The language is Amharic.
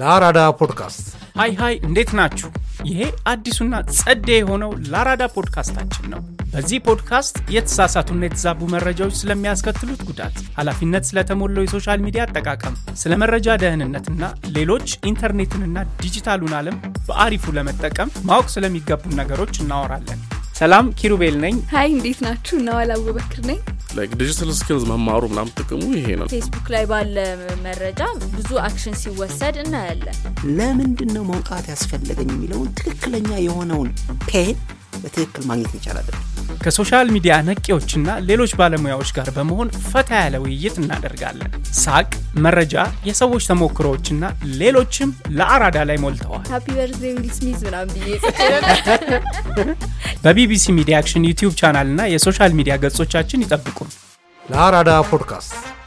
ለአራዳ ፖድካስት ሀይ ሀይ እንዴት ናችሁ? ይሄ አዲሱና ጸዴ የሆነው ለአራዳ ፖድካስታችን ነው። በዚህ ፖድካስት የተሳሳቱና የተዛቡ መረጃዎች ስለሚያስከትሉት ጉዳት፣ ኃላፊነት ስለተሞላው የሶሻል ሚዲያ አጠቃቀም፣ ስለ መረጃ ደህንነትና ሌሎች ኢንተርኔትንና ዲጂታሉን ዓለም በአሪፉ ለመጠቀም ማወቅ ስለሚገቡን ነገሮች እናወራለን። ሰላም ኪሩቤል ነኝ። ሀይ እንዴት ናችሁ? እናዋላ አቡበክር ነኝ። ላይክ ዲጂታል ስኪልዝ መማሩ ምናምን ጥቅሙ ይሄ ነው። ፌስቡክ ላይ ባለ መረጃ ብዙ አክሽን ሲወሰድ እናያለን። ለምንድን ነው መውጣት ያስፈለገኝ የሚለውን ትክክለኛ የሆነውን ፔን በትክክል ማግኘት እንችላለን። ከሶሻል ሚዲያ ነቂዎችና ሌሎች ባለሙያዎች ጋር በመሆን ፈታ ያለ ውይይት እናደርጋለን። ሳቅ፣ መረጃ፣ የሰዎች ተሞክሮዎችና ሌሎችም ለአራዳ ላይ ሞልተዋል። ሀፒ በርዝዴ ዊል ስሚዝ ምናምን ብዬ ጽፌ በቢቢሲ ሚዲያ አክሽን ዩቲዩብ ቻናልና የሶሻል ሚዲያ ገጾቻችን ይጠብቁን። ለአራዳ ፖድካስት